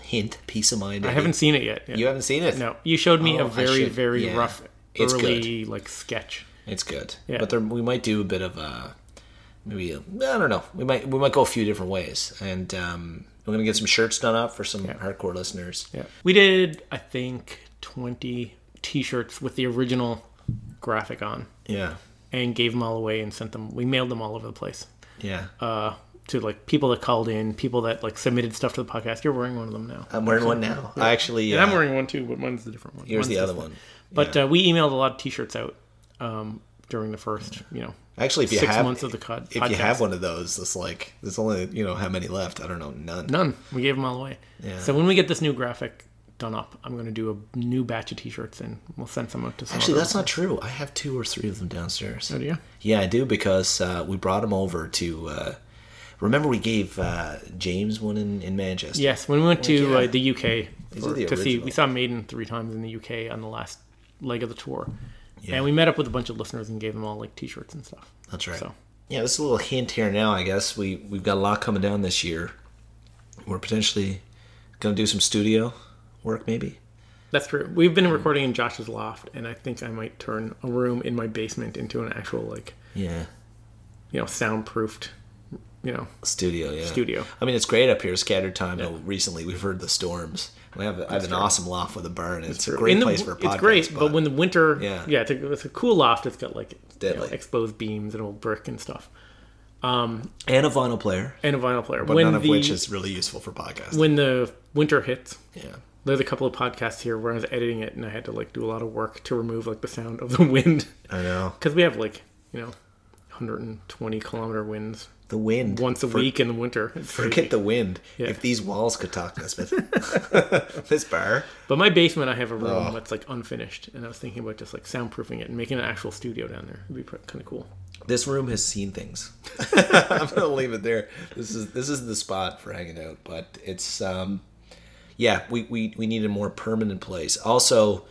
Speaker 1: Hint, peace of mind.
Speaker 2: I haven't seen it yet. Yeah.
Speaker 1: You haven't seen it?
Speaker 2: No, you showed me
Speaker 1: Oh,
Speaker 2: a
Speaker 1: I
Speaker 2: very
Speaker 1: should-
Speaker 2: very
Speaker 1: yeah.
Speaker 2: rough
Speaker 1: It's
Speaker 2: early like sketch.
Speaker 1: It's good.
Speaker 2: Yeah.
Speaker 1: But there, we might do a bit of a maybe I I don't know. We might we might go a few different ways, and um, we're gonna get some shirts done up for some hardcore listeners.
Speaker 2: Yeah, we did I think twenty T-shirts with the original graphic on.
Speaker 1: Yeah,
Speaker 2: and gave them all away and sent them. We mailed them all over the place
Speaker 1: yeah.
Speaker 2: uh, to like people that called in, people that like submitted stuff to the podcast. You're wearing one of them now,
Speaker 1: I'm wearing one now. I actually.
Speaker 2: and I'm
Speaker 1: uh,
Speaker 2: wearing one too, but mine's the different one.
Speaker 1: Here's
Speaker 2: Mine's
Speaker 1: the other
Speaker 2: just-
Speaker 1: one.
Speaker 2: But uh, we emailed a lot of T-shirts out um, during the first, you know,
Speaker 1: Actually, if you
Speaker 2: six
Speaker 1: have
Speaker 2: months of the cod-
Speaker 1: if
Speaker 2: podcast.
Speaker 1: you have one of those, it's like there's only you know how many left. I don't know, none.
Speaker 2: None. We gave them all away.
Speaker 1: Yeah.
Speaker 2: So when we get this new graphic done up, I'm going to do a new batch of T-shirts and we'll send some out to some.
Speaker 1: Actually,
Speaker 2: other
Speaker 1: that's not
Speaker 2: listeners.
Speaker 1: true. I have two or three of them downstairs.
Speaker 2: Oh, do you?
Speaker 1: Yeah, I do because uh, we brought them over to. Uh, remember, we gave uh, James one in, in Manchester.
Speaker 2: Yes, when we went to
Speaker 1: yeah.
Speaker 2: uh, the UK
Speaker 1: are
Speaker 2: for-
Speaker 1: the
Speaker 2: to see, we
Speaker 1: original.
Speaker 2: saw Maiden three times in the UK on the last leg of the tour, And we met up with a bunch of listeners and gave them all like T-shirts and stuff.
Speaker 1: That's right.
Speaker 2: So.
Speaker 1: Yeah, this is a little hint here now. I guess we we've got a lot coming down this year. We're potentially going to do some studio work, maybe.
Speaker 2: That's true. We've been recording in Josh's loft, and I think I might turn a room in my basement into an actual like
Speaker 1: Yeah,
Speaker 2: you know soundproofed, you know.
Speaker 1: studio. Yeah,
Speaker 2: Studio.
Speaker 1: I mean, it's great up here. Scattered time. though Recently, we've heard the storms. We have I have an awesome loft with a barn. It's a great
Speaker 2: In the-
Speaker 1: place for a podcast.
Speaker 2: It's great, but
Speaker 1: spot.
Speaker 2: when the winter,
Speaker 1: Yeah.
Speaker 2: yeah, it's a, it's a cool loft. It's got like you know,
Speaker 1: Deadly.
Speaker 2: exposed beams and old brick and stuff,
Speaker 1: and a vinyl player,
Speaker 2: and a vinyl player.
Speaker 1: but
Speaker 2: when
Speaker 1: none of
Speaker 2: the
Speaker 1: which is really useful for podcasts.
Speaker 2: when the winter hits,
Speaker 1: yeah,
Speaker 2: there's a couple of podcasts here where I was editing it and I had to like do a lot of work to remove like the sound of the wind
Speaker 1: I know
Speaker 2: because we have like you know 120 kilometer winds
Speaker 1: the wind
Speaker 2: once a
Speaker 1: For-
Speaker 2: week in the winter. It's crazy.
Speaker 1: Forget the wind. If these walls could talk, Nesbitt. this bar.
Speaker 2: But my basement, I have a room that's like unfinished, and I was thinking about just like soundproofing it and making an actual studio down there. It'd be kind of cool.
Speaker 1: This room has seen things. I'm gonna leave it there. This is this is the spot for hanging out, but it's um yeah, we, we, we need a more permanent place. Also,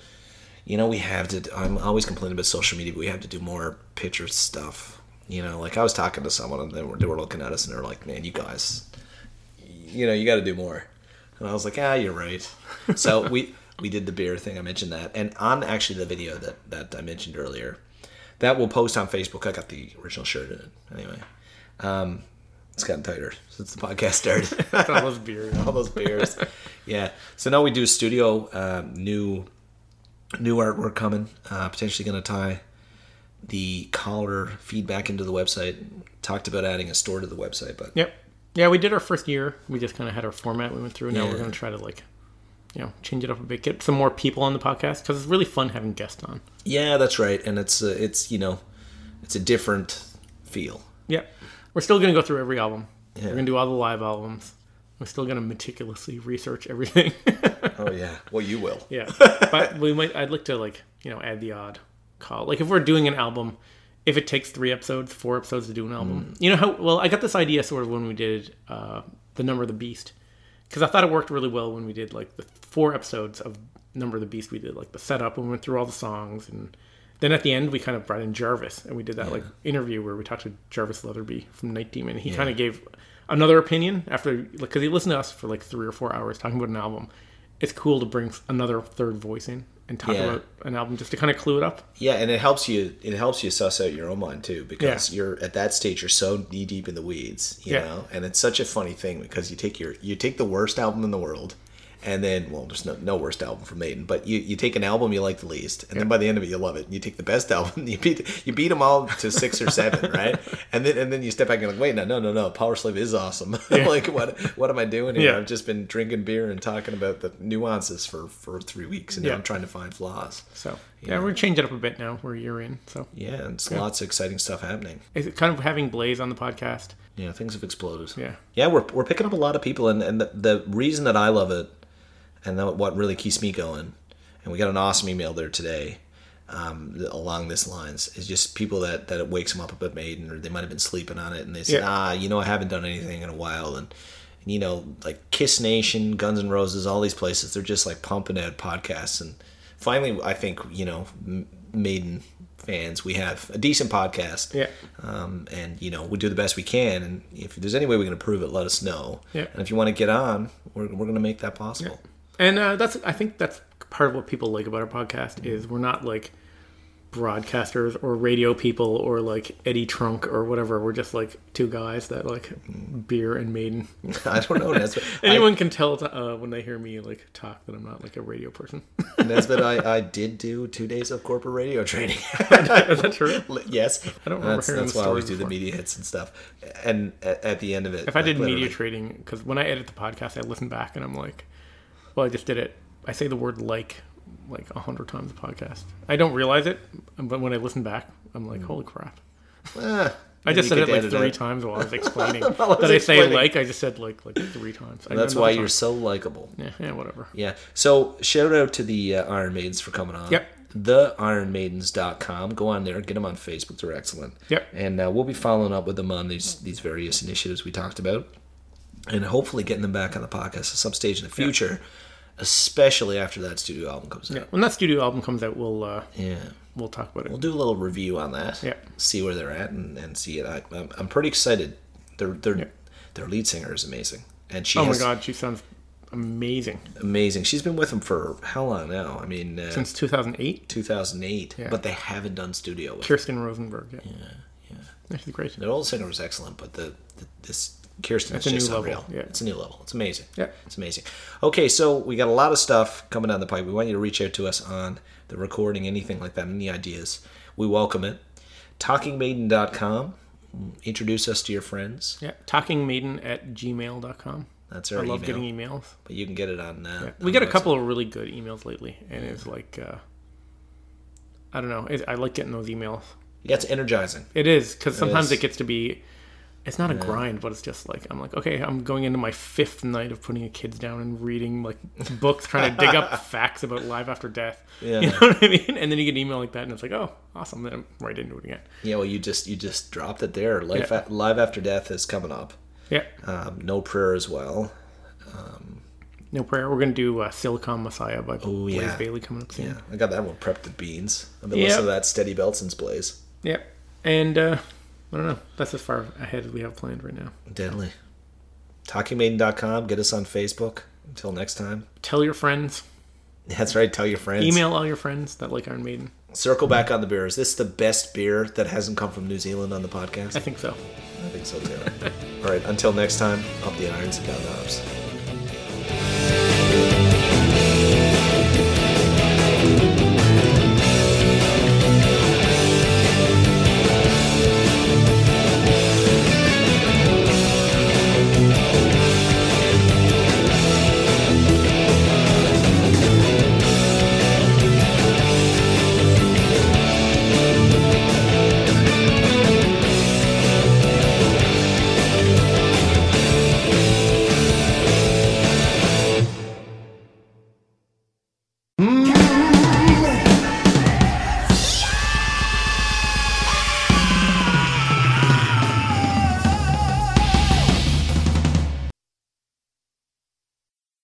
Speaker 1: you know, we have to I'm always complaining about social media, but we have to do more picture stuff. You know, like I was talking to someone and they were, they were looking at us and they were like, Man, you guys you know, you gotta do more. And I was like, Ah, you're right. So we we did the beer thing, I mentioned that. And on actually the video that, that I mentioned earlier, that will post on Facebook. I got the original shirt in it anyway. Um, it's gotten tighter since the podcast started.
Speaker 2: I love beer.
Speaker 1: All those beers, yeah. So now we do studio um, new new artwork coming. Uh, potentially going to tie the caller feedback into the website. Talked about adding a store to the website, but
Speaker 2: Yep. Yeah, we did our first year. We just kind of had our format we went through. Now
Speaker 1: Yeah.
Speaker 2: we're going to try to like, you know, change it up a bit, get some more people on the podcast because it's really fun having guests on.
Speaker 1: yeah, that's right. And it's uh, it's you know it's a different feel.
Speaker 2: Yep. We're still going to go through every album.
Speaker 1: Yeah.
Speaker 2: We're going to do all the live albums. We're still going to meticulously research everything.
Speaker 1: Oh yeah. Well, you will.
Speaker 2: Yeah, but we might. I'd like to like you know add the odd call. Like if we're doing an album, if it takes three episodes, four episodes to do an album. You know how well I got this idea sort of when we did uh, the Number of the Beast, because I thought it worked really well when we did like the four episodes of Number of the Beast. We did like the setup and we went through all the songs, and then at the end we kind of brought in Jarvis and we did that like interview where we talked to Jarvis Leatherby from Night Demon. and He kind of gave another opinion after because he listened to us for like three or four hours talking about an album it's cool to bring another third voice in and talk
Speaker 1: Yeah.
Speaker 2: about an album just to kind of clue it up.
Speaker 1: Yeah, and it helps you. It helps you suss out your own mind too, because you're at that stage. You're so knee deep in the weeds, you
Speaker 2: Yeah.
Speaker 1: know. And it's such a funny thing because you take your you take the worst album in the world, and then well, there's no no worst album from Maiden, but you you take an album you like the least, and then by the end of it you love it. And you take the best album, you beat you beat them all to six or seven, right? And then and then you step back and you're like, wait, no, no, no, no, Power Slave is awesome. like what what am I doing here?
Speaker 2: Yeah.
Speaker 1: I've just been drinking beer and talking about the nuances for for three weeks, and now
Speaker 2: Yeah.
Speaker 1: I'm trying to find flaws.
Speaker 2: So yeah, we're changing it up a bit now. We're a year in, so
Speaker 1: Yeah, and it's lots of exciting stuff happening.
Speaker 2: it's kind of having Blaze on the podcast.
Speaker 1: Yeah, things have exploded.
Speaker 2: Yeah.
Speaker 1: yeah, we're we're picking up a lot of people, and and the, the reason that I love it, and that what really keeps me going, and we got an awesome email there today, um, along this lines is just people that that it wakes them up about Maiden, or they might have been sleeping on it, and they say,
Speaker 2: Yeah.
Speaker 1: ah, you know, I haven't done anything in a while, and. and, You know, like Kiss Nation, Guns N' Roses, all these places, they're just like pumping out podcasts. And finally, I think, you know, M- Maiden fans, we have a decent podcast
Speaker 2: Yeah.
Speaker 1: um, and you know we do the best we can and if there's any way we can improve it let us know
Speaker 2: Yeah.
Speaker 1: and if you want to get on we're, we're going to make that possible
Speaker 2: And uh, that's I think that's part of what people like about our podcast is we're not like broadcasters or radio people or like Eddie Trunk or whatever. We're just like two guys that like beer and Maiden.
Speaker 1: i don't know nesbitt,
Speaker 2: Anyone can tell uh, when they hear me like talk that I'm not like a radio person.
Speaker 1: I, nesbitt I, I did do two days of corporate radio training
Speaker 2: Is that true?
Speaker 1: yes i
Speaker 2: don't remember
Speaker 1: that's,
Speaker 2: hearing
Speaker 1: that's
Speaker 2: the
Speaker 1: why i always do
Speaker 2: story
Speaker 1: the
Speaker 2: before.
Speaker 1: media hits and stuff and at, at the end of it
Speaker 2: If I did media
Speaker 1: literally-
Speaker 2: trading, because when I edit the podcast, I listen back and I'm like, well, I just did it. I say the word like like a hundred times a podcast. I don't realize it, but when I listen back, I'm like, holy crap.
Speaker 1: Ah,
Speaker 2: I just
Speaker 1: Hmm.
Speaker 2: said
Speaker 1: you
Speaker 2: it
Speaker 1: could
Speaker 2: like
Speaker 1: edit
Speaker 2: three
Speaker 1: it.
Speaker 2: times while I was explaining. that
Speaker 1: While I was
Speaker 2: I say
Speaker 1: explaining.
Speaker 2: like, I just said like like three times. I
Speaker 1: that's
Speaker 2: another
Speaker 1: why
Speaker 2: time.
Speaker 1: you're so likable
Speaker 2: yeah, yeah, whatever.
Speaker 1: yeah so shout out to the uh, iron maidens for coming on
Speaker 2: Yep.
Speaker 1: theironmaidens.com go on there get them on facebook they're excellent
Speaker 2: Yep.
Speaker 1: and uh, we'll be following up with them on these these various initiatives we talked about and hopefully getting them back on the podcast at some stage in the future especially after that studio album comes out.
Speaker 2: Yeah. When that studio album comes out, we'll uh,
Speaker 1: Yeah.
Speaker 2: we'll talk about
Speaker 1: We'll
Speaker 2: it.
Speaker 1: do a little review on that.
Speaker 2: Yeah.
Speaker 1: See where they're at and, and see it. I, I'm, I'm pretty excited. Their their their lead singer is amazing, and she
Speaker 2: Oh my
Speaker 1: has
Speaker 2: god, she sounds amazing.
Speaker 1: amazing. She's been with them for how long now? I mean, uh,
Speaker 2: Since 2008,
Speaker 1: 2008. But they haven't done studio. With.
Speaker 2: Kirsten Rosenberg. Yeah. Yeah. She's great.
Speaker 1: Their old singer was excellent, but the, the this Kirsten
Speaker 2: That's
Speaker 1: is
Speaker 2: a new
Speaker 1: just
Speaker 2: level,
Speaker 1: unreal.
Speaker 2: yeah.
Speaker 1: It's a new level. It's amazing.
Speaker 2: Yeah.
Speaker 1: It's amazing. Okay, so we got a lot of stuff coming down the pipe. We want you to reach out to us on the recording, anything like that, any ideas. We welcome it. TalkingMaiden.com. Introduce us to your friends.
Speaker 2: Yeah. Talkingmaiden at gmail.com.
Speaker 1: That's
Speaker 2: I
Speaker 1: our
Speaker 2: love
Speaker 1: email.
Speaker 2: getting emails.
Speaker 1: But you can get it on. Uh,
Speaker 2: We
Speaker 1: on
Speaker 2: got a
Speaker 1: website.
Speaker 2: couple of really good emails lately, and it's like, uh, I don't know. It, I like getting those emails.
Speaker 1: Yeah, it's energizing.
Speaker 2: It is because sometimes
Speaker 1: is.
Speaker 2: it gets to be, it's not a grind, but it's just like I'm like, okay, I'm going into my fifth night of putting the kids down and reading like books, trying to dig up facts about life after death.
Speaker 1: Yeah.
Speaker 2: You know what I mean? And then you get an email like that, and it's like, oh, awesome. Then I'm right into it again.
Speaker 1: Yeah, well, you just you just dropped it there. Life
Speaker 2: Yeah.
Speaker 1: a- Live After Death is coming up.
Speaker 2: Yeah.
Speaker 1: Um, no prayer as well.
Speaker 2: No prayer. We're gonna do uh, Silicon Messiah by Blaze
Speaker 1: yeah.
Speaker 2: Bailey coming up soon.
Speaker 1: Yeah, I got that one prepped to beans. I've been
Speaker 2: Yeah.
Speaker 1: listening to that Steady Belson's plays.
Speaker 2: Yeah. And uh, I don't know. That's as far ahead as we have planned right now.
Speaker 1: Deadly. TalkingMaiden.com. Get us on Facebook. Until next time.
Speaker 2: Tell your friends.
Speaker 1: That's right. Tell your friends.
Speaker 2: Email all your friends that like Iron Maiden.
Speaker 1: Circle back on the beer. Is this the best beer that hasn't come from New Zealand on the
Speaker 2: I
Speaker 1: podcast?
Speaker 2: think so.
Speaker 1: I think so too. All right. Until next time. Up the irons and down the ups.